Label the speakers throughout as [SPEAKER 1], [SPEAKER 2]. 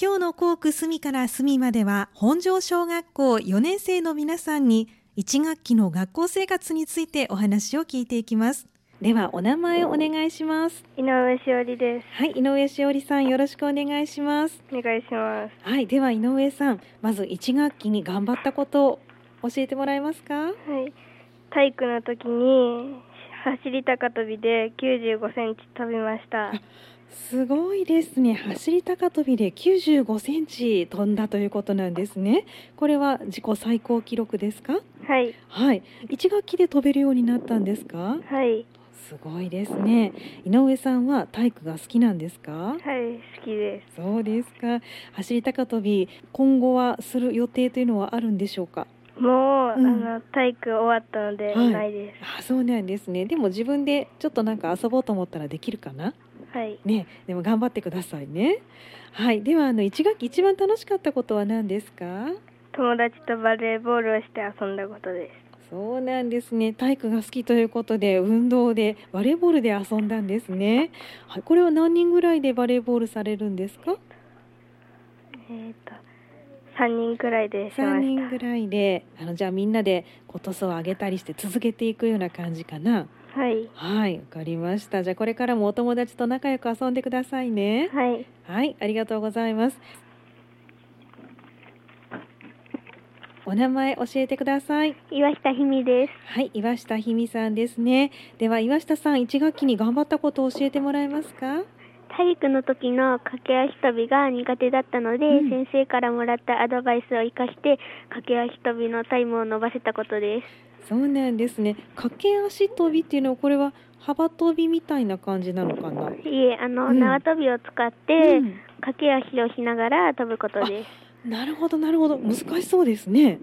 [SPEAKER 1] 今日の校区隅から隅までは本庄小学校4年生の皆さんに1学期の学校生活についてお話を聞いていきますではお名前をお願いします
[SPEAKER 2] 井上しおりです。
[SPEAKER 1] はい井上しおりさんよろしくお願いします
[SPEAKER 2] お願いします。
[SPEAKER 1] はいでは井上さんまず1学期に頑張ったことを教えてもらえますか
[SPEAKER 2] はい。体育の時に走り高跳びで95センチ飛びました。
[SPEAKER 1] すごいですね走り高跳びで95センチ飛んだということなんですねこれは自己最高記録ですか
[SPEAKER 2] はい
[SPEAKER 1] はい1学期で飛べるようになったんですか
[SPEAKER 2] はい
[SPEAKER 1] すごいですね。井上さんは体育が好きなんですか。
[SPEAKER 2] はい好きです。
[SPEAKER 1] そうですか。走り高跳び、今後はする予定というのはあるんでしょうか。
[SPEAKER 2] もう、
[SPEAKER 1] うん
[SPEAKER 2] あの体育終わったので、
[SPEAKER 1] はい
[SPEAKER 2] ないです。
[SPEAKER 1] あ、そうなんですね。でも自分でちょっとなんか遊ぼうと思ったらできるかな。
[SPEAKER 2] はい。
[SPEAKER 1] ね、でも頑張ってくださいね。はい、ではあの一学期一番楽しかったことは何ですか。
[SPEAKER 2] 友達とバレーボールをして遊んだことです。
[SPEAKER 1] そうなんですね。体育が好きということで、運動でバレーボールで遊んだんですね。はい、これは何人ぐらいでバレーボールされるんですか。
[SPEAKER 2] えっ、と三人くらいでしま
[SPEAKER 1] 3
[SPEAKER 2] し
[SPEAKER 1] 人ぐらいであのじゃあみんなでこう塗装を上げたりして続けていくような感じかな
[SPEAKER 2] た。はい
[SPEAKER 1] はいわかりましたじゃあこれからもお友達と仲良く遊んでくださいね
[SPEAKER 2] はい。
[SPEAKER 1] はいありがとうございますお名前教えてください
[SPEAKER 2] 岩下ひみです。
[SPEAKER 1] はい岩下ひみさんですねでは岩下さん一学期に頑張ったことを教えてもらえますか
[SPEAKER 2] 体育の時の駆け足跳びが苦手だったので、
[SPEAKER 1] うん
[SPEAKER 2] 先生からもらったアドバイスを生かして駆け足跳びのタイムを伸ばせたことです
[SPEAKER 1] そうなんですね駆け足跳びっていうのはこれは幅跳びみたいな感じなのかない
[SPEAKER 2] えあの、
[SPEAKER 1] うん
[SPEAKER 2] 縄跳びを使って、
[SPEAKER 1] うん
[SPEAKER 2] 駆け足をしながら飛ぶことです
[SPEAKER 1] なるほどなるほど難しそうですね。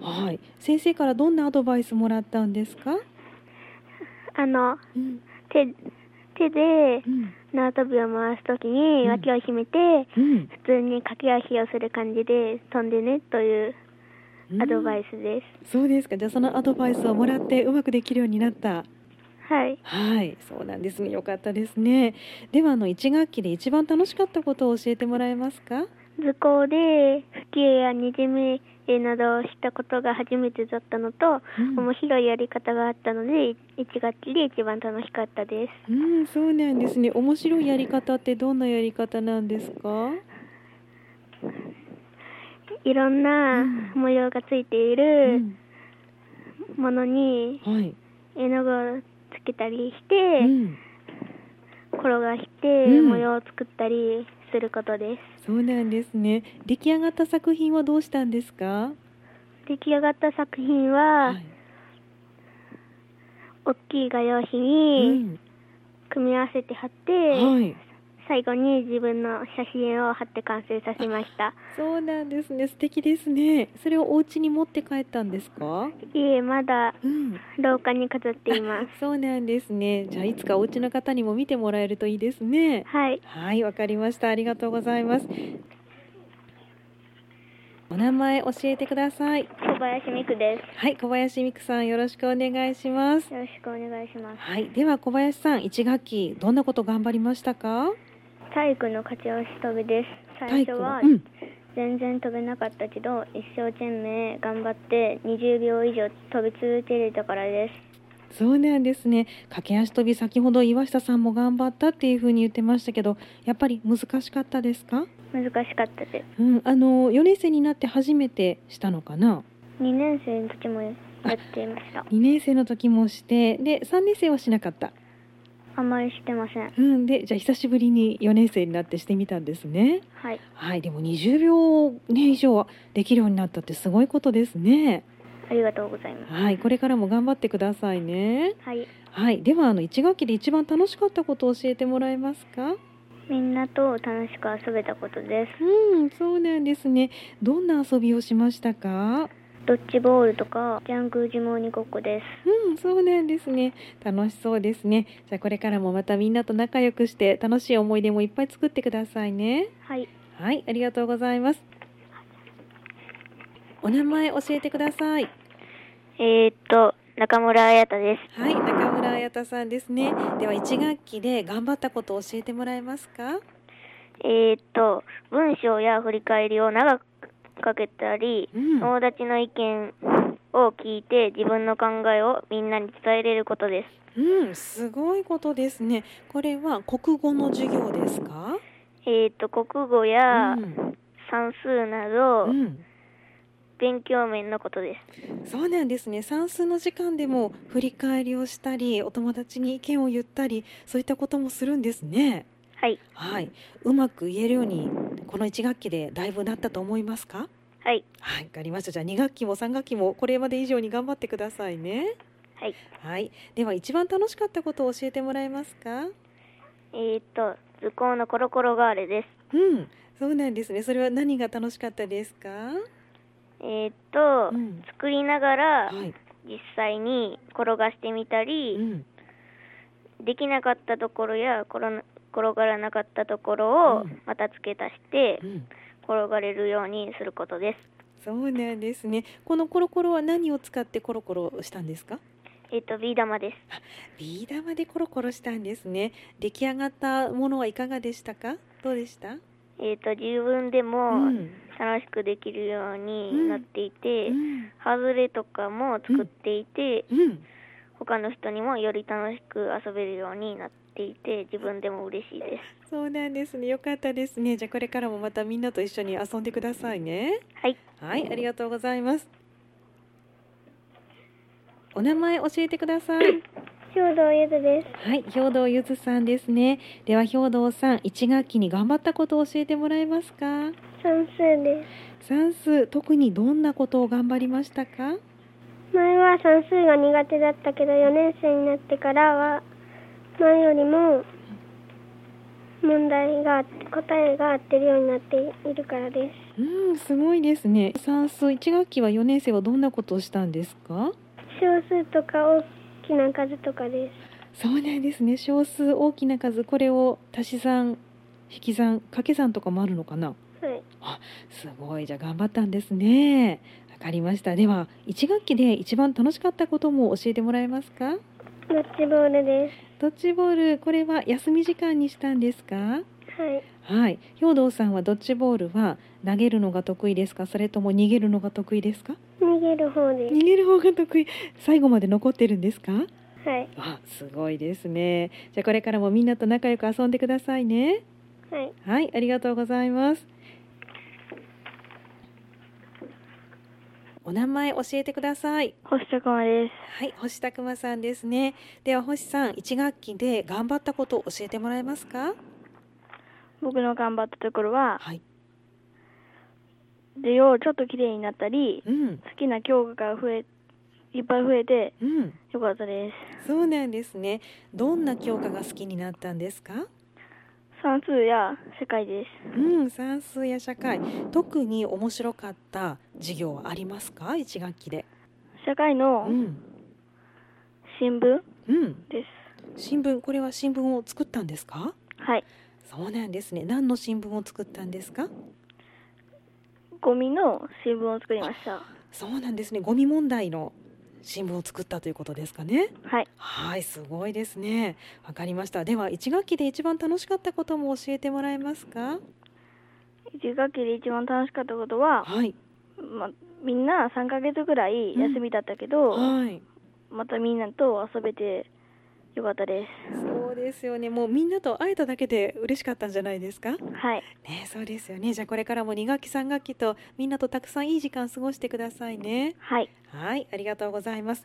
[SPEAKER 1] はい、先生からどんなアドバイスもらったんですか？
[SPEAKER 2] あの
[SPEAKER 1] うん、
[SPEAKER 2] 手手で
[SPEAKER 1] うん、
[SPEAKER 2] 縄跳びを回す時
[SPEAKER 1] う
[SPEAKER 2] に
[SPEAKER 1] ん
[SPEAKER 2] 脇を締めて、
[SPEAKER 1] うん、
[SPEAKER 2] 普通に駆け足をする感じで飛んでねというアドバイスです、
[SPEAKER 1] ス。そうですか。じゃあそのアドバイスをもらってうまくできるようになった。
[SPEAKER 2] はい
[SPEAKER 1] はい、そうなんですね。よかったですね。ではあの一学期で一番楽しかったことを教えてもらえますか？
[SPEAKER 2] 図工で吹き絵やにじみ絵などをしたことが初めてだったのと、
[SPEAKER 1] うん
[SPEAKER 2] 面白いやり方があったのでい一学期で一番楽しかったで
[SPEAKER 1] う
[SPEAKER 2] す
[SPEAKER 1] ん、そうなんですね。面白いやり方ってどんなやり方なんですか？
[SPEAKER 2] いろんな
[SPEAKER 1] うん
[SPEAKER 2] 模様がついていうる
[SPEAKER 1] ん、
[SPEAKER 2] ものに
[SPEAKER 1] はい。
[SPEAKER 2] 絵の具をつけたりして、
[SPEAKER 1] うん
[SPEAKER 2] 転がして
[SPEAKER 1] うん
[SPEAKER 2] 模様を作ったりすることです、
[SPEAKER 1] そうなんですね。出来上がった作品はどうしたんですか？
[SPEAKER 2] 出来上がった作品は、
[SPEAKER 1] はい
[SPEAKER 2] 大きい画用紙
[SPEAKER 1] う
[SPEAKER 2] に
[SPEAKER 1] ん
[SPEAKER 2] 組み合わせて貼って、
[SPEAKER 1] はい、
[SPEAKER 2] 最後に自分の写真を貼って完成させました
[SPEAKER 1] そうなんですね。素敵ですね。それをお家に持って帰ったんですか？
[SPEAKER 2] いえまだ
[SPEAKER 1] うん。
[SPEAKER 2] 廊下に飾って います
[SPEAKER 1] そうなんですね。じゃあいつかお家の方にも見てもらえるといいですね。
[SPEAKER 2] はい
[SPEAKER 1] はい、わかりました。ありがとうございます。お名前教えてください。
[SPEAKER 2] 小林美久で
[SPEAKER 1] はい、小林美久さんよろしくお願いします
[SPEAKER 2] す。よろしくお願いします
[SPEAKER 1] はい、では小林さん1学期どんなこと頑張りましたか？
[SPEAKER 2] 体育の勝ち押し飛びです最初は
[SPEAKER 1] 体育の
[SPEAKER 2] 全然飛べなかったけど、一生懸命頑張って20秒以上飛び続けれたからです
[SPEAKER 1] そうなんですね駆け足跳び先ほど岩下さんも頑張ったっていうふうに言ってましたけどやっぱり難しかったですか、
[SPEAKER 2] 難しかったで
[SPEAKER 1] うん、あの4年生になって初めてしたのかな
[SPEAKER 2] す2年生の時もやっていま した
[SPEAKER 1] 2年生の時もしてで3年生はしなかった、
[SPEAKER 2] あんまりしてません
[SPEAKER 1] うん、でじゃあ久しぶりに4年生になってしてみたんですね
[SPEAKER 2] はい
[SPEAKER 1] はいでも20秒、ね、以上はできるようになったってすごいことですね
[SPEAKER 2] ありがとうございます
[SPEAKER 1] はいこれからも頑張ってくださいね
[SPEAKER 2] はい
[SPEAKER 1] はいではあの1学期で一番楽しかったことを教えてもらえますか
[SPEAKER 2] みんなと楽しく遊べたことです
[SPEAKER 1] うん、そうなんですね。どんな遊びをしましたか？
[SPEAKER 2] ドッジボールとかジャングルジモーニごっこです
[SPEAKER 1] うん、そうなんですね。楽しそうですね。じゃあこれからもまたみんなと仲良くして楽しい思い出もいっぱい作ってくださいね。
[SPEAKER 2] はい
[SPEAKER 1] はい、ありがとうございます。お名前教えてください。
[SPEAKER 2] えー、っと中村彩太です
[SPEAKER 1] はい、中村彩太さんですね。では一学期で頑張ったことを教えてもらえますか？
[SPEAKER 2] えーっと文章や振り返りを長くかけたり、
[SPEAKER 1] うん
[SPEAKER 2] 友達の意見を聞いて自分の考えをみんなに伝えれることです。
[SPEAKER 1] うん、すごいことですね。これは国語の授業ですか？
[SPEAKER 2] えーっと国語や
[SPEAKER 1] うん
[SPEAKER 2] 算数など
[SPEAKER 1] うん、
[SPEAKER 2] 勉強面のことです。
[SPEAKER 1] そうなんですね。算数の時間でも振り返りをしたり、お友達に意見を言ったり、そういったこともするんですね。
[SPEAKER 2] はい
[SPEAKER 1] はい、うまく言えるようにこの一学期でだいぶなったと思いますか？
[SPEAKER 2] はい
[SPEAKER 1] はい、わかりました。じゃあ二学期も三学期もこれまで以上に頑張ってくださいね。
[SPEAKER 2] はい。
[SPEAKER 1] はい、では一番楽しかったことを教えてもらえますか？
[SPEAKER 2] えーっと図工のコロコロガールです。
[SPEAKER 1] うん、そうなんですね。それは何が楽しかったですか？
[SPEAKER 2] えーっと、
[SPEAKER 1] うん
[SPEAKER 2] 作りながら
[SPEAKER 1] はい。
[SPEAKER 2] 実際に転がしてみたり、
[SPEAKER 1] うん
[SPEAKER 2] できなかったところや転な転がらなかったところを
[SPEAKER 1] うん
[SPEAKER 2] また付け足して
[SPEAKER 1] うん
[SPEAKER 2] 転がれるようにすることです。
[SPEAKER 1] そうなんですね。このコロコロは何を使ってコロコロしたんですか？
[SPEAKER 2] えっ、とビー玉です。
[SPEAKER 1] ビー玉でコロコロしたんですね。出来上がったものはいかがでしたか？どうでした？
[SPEAKER 2] えっ、と自分で
[SPEAKER 1] う
[SPEAKER 2] も
[SPEAKER 1] ん
[SPEAKER 2] 楽しくできるよう
[SPEAKER 1] うん
[SPEAKER 2] になっていて、
[SPEAKER 1] うん
[SPEAKER 2] ハズレとかも作っていて、
[SPEAKER 1] うん。
[SPEAKER 2] 他の人にもより楽しく遊べるようになっていて、自分でも嬉しいです。
[SPEAKER 1] そうなんですね。よかったですね。じゃあこれからもまたみんなと一緒に遊んでくださいね。
[SPEAKER 2] はい、
[SPEAKER 1] はい、ありがとうございます。お名前教えてください。
[SPEAKER 2] 兵道ゆずです。
[SPEAKER 1] はい、兵藤ゆずさんですね。では兵藤さん、一学期に頑張ったことを教えてもらえますか。
[SPEAKER 2] 算数です。
[SPEAKER 1] 算数、特にどんなことを頑張りましたか。
[SPEAKER 2] 前は算数が苦手だったけど4年生になってからは前よりも問題があって答えが合ってるようになっているからです
[SPEAKER 1] うん、すごいですね。算数、一学期は四年生はどんなことをしたんですか。
[SPEAKER 2] 小数とか大きな数とかです
[SPEAKER 1] そうなんですね。小数、大きな数、これを足し算、引き算、掛け算とかもあるのかな。
[SPEAKER 2] はい
[SPEAKER 1] すごい、じゃあ頑張ったんですね。わかりました。では、一学期で一番楽しかったことも教えてもらえますか。
[SPEAKER 2] ドッジボールで
[SPEAKER 1] ドッジボール、これは休み時間にしたんですか。
[SPEAKER 2] すはい
[SPEAKER 1] はい、兵藤さんはドッジボールは投げるのが得意ですか、それとも逃げるのが得意ですか。
[SPEAKER 2] 逃げる方で
[SPEAKER 1] 逃げる方が得意、最後まで残ってるんですか。
[SPEAKER 2] すはい
[SPEAKER 1] あ、すごいですね。じゃあこれからもみんなと仲良く遊んでくださいね。
[SPEAKER 2] はい
[SPEAKER 1] はい、ありがとうございます。お名前教えてください。
[SPEAKER 2] 星田駒です
[SPEAKER 1] はい、星拓馬さんですね。では星さん、一学期で頑張ったことを教えてもらえますか。
[SPEAKER 2] 僕の頑張ったところは
[SPEAKER 1] はい、
[SPEAKER 2] 授業をちょっと綺麗になったり
[SPEAKER 1] うん、
[SPEAKER 2] 好きな教科が増えいっぱい増えて
[SPEAKER 1] うん。
[SPEAKER 2] よかったです
[SPEAKER 1] そうなんですね。どんな教科が好きになったんですか？
[SPEAKER 2] 算数や世界です
[SPEAKER 1] うん、算数や社会、特に面白かった授業はありますか？一学期で。
[SPEAKER 2] 社会の
[SPEAKER 1] うん、
[SPEAKER 2] 新聞
[SPEAKER 1] うん。
[SPEAKER 2] です。
[SPEAKER 1] 新聞、これは新聞を作ったんですか？
[SPEAKER 2] はい。
[SPEAKER 1] そうなんですね。何の新聞を作ったんですか？
[SPEAKER 2] ゴミの新聞を作りました。
[SPEAKER 1] そうなんですね。ゴミ問題の新聞を作ったということですかね。
[SPEAKER 2] はい。
[SPEAKER 1] はい、すごいですね。わかりました。では一学期で一番楽しかったことも教えてもらえますか？
[SPEAKER 2] 1学期で一番楽しかったことは、
[SPEAKER 1] はい、
[SPEAKER 2] ま、みんな3ヶ月ぐらい休みだったけど、
[SPEAKER 1] はい。
[SPEAKER 2] またみんなと遊べてよかったで
[SPEAKER 1] そうですよね。もうみんなと会えただけで嬉しかったんじゃないですか。ね
[SPEAKER 2] す。はい。
[SPEAKER 1] え、そうですよね。じゃあこれからも2学期3学期とみんなとたくさんいい時間過ごしてくださいね。
[SPEAKER 2] はい。
[SPEAKER 1] はい、ありがとうございます。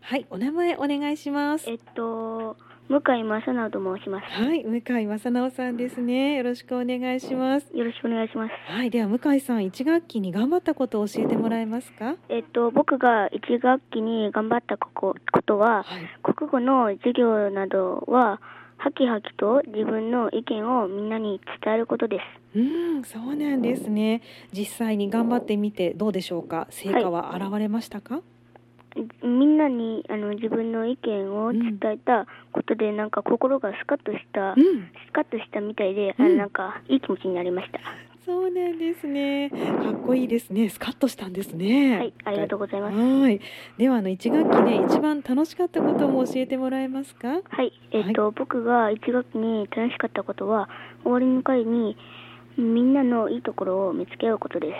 [SPEAKER 1] はい、お名前お願いします。
[SPEAKER 2] えっと、向井正直と申します。
[SPEAKER 1] はい、向井正直さんですね。よろしくお願いします。
[SPEAKER 2] よろしくお願いします。
[SPEAKER 1] はい、では向井さん1学期に頑張ったことを教えてもらえますか。
[SPEAKER 2] えっと、僕が1学期に頑張ったこここと
[SPEAKER 1] は
[SPEAKER 2] は、
[SPEAKER 1] い、
[SPEAKER 2] 国語の授業などは、はきはきと自分の意見をみんなに伝えることです。
[SPEAKER 1] うん、そうなんですね。実際に頑張ってみてどうでしょうか。成果は現れましたか。
[SPEAKER 2] みんなにあの自分の意見を伝えたことで、なんか心がスカッとし
[SPEAKER 1] う
[SPEAKER 2] た、
[SPEAKER 1] ん、
[SPEAKER 2] スカッとしたみたいで、
[SPEAKER 1] うん
[SPEAKER 2] あなんかいい気持ちになりました。
[SPEAKER 1] そうなんですね。かっこいいですね。スカッとしたんですね。
[SPEAKER 3] はい、ありがとうございます。
[SPEAKER 1] はい。ではあの一学期で一番楽しかったことも教えてもらえますか。
[SPEAKER 3] はい、えっと、僕が1学期に楽しかったことは、終わりの会にみんなのいいところを見つけ合うことで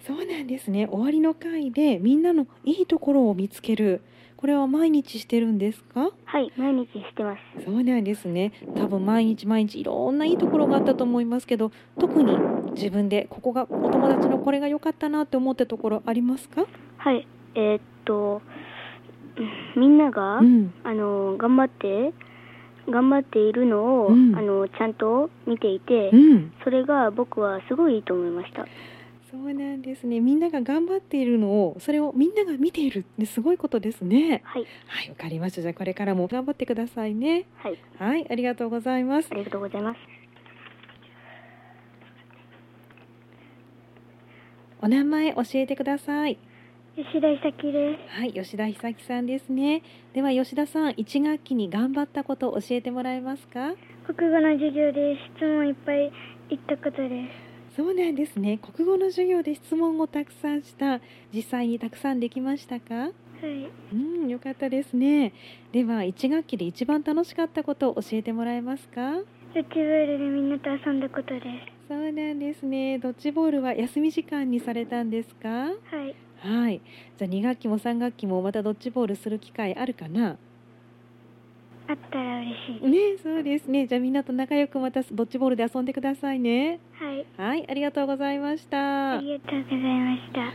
[SPEAKER 3] す。
[SPEAKER 1] そうなんですね。終わりの会でみんなのいいところを見つける。これは毎日してるんですか。
[SPEAKER 3] はい、毎日してます。
[SPEAKER 1] そうなんですね。多分毎日毎日いろんないいところがあったと思いますけど、特に自分でここがお友達のこれが良かったなって思ったところありますか。
[SPEAKER 3] はい、えっと、みんなが、
[SPEAKER 1] うん。
[SPEAKER 3] あの、頑張って、頑張っているのを、
[SPEAKER 1] うん
[SPEAKER 3] あの、ちゃんと見ていて、
[SPEAKER 1] うん。
[SPEAKER 3] それが僕はすごいいいと思いました。
[SPEAKER 1] そうなんですね。みんなが頑張っているのを、それをみんなが見ているってすごいことですね。
[SPEAKER 3] はい、
[SPEAKER 1] はい、わかりました。じゃあこれからも頑張ってくださいね。
[SPEAKER 3] はい、
[SPEAKER 1] はい、ありがとうございます
[SPEAKER 3] あ。りがとうございます。
[SPEAKER 1] お名前教えてください。
[SPEAKER 2] 吉田伊咲です。
[SPEAKER 1] はい、吉田久樹さんですね。では吉田さん、一学期に頑張ったことを教えてもらえますか。
[SPEAKER 2] 国語の授業で質問いっぱい言ったことです。
[SPEAKER 1] そうなんですね。国語の授業で質問をたくさんした。実際にたくさんできましたか。
[SPEAKER 2] はい。
[SPEAKER 1] うん、よかったですね。では一学期で一番楽しかったことを教えてもらえますか。
[SPEAKER 2] ドッジボールでみんなと遊んだことで
[SPEAKER 1] そうなんですね。ドッジボールは休み時間にされたんですか。
[SPEAKER 2] す。はい。
[SPEAKER 1] はい。じゃあ二学期も三学期もまたドッジボールする機会あるかな。
[SPEAKER 2] あったら嬉しい。
[SPEAKER 1] ね、そうですね。じゃあみんなと仲良くまたドッジボールで遊んでくださいね。
[SPEAKER 2] はい。
[SPEAKER 1] はい、ありがとうございました。
[SPEAKER 2] ありがとうございました。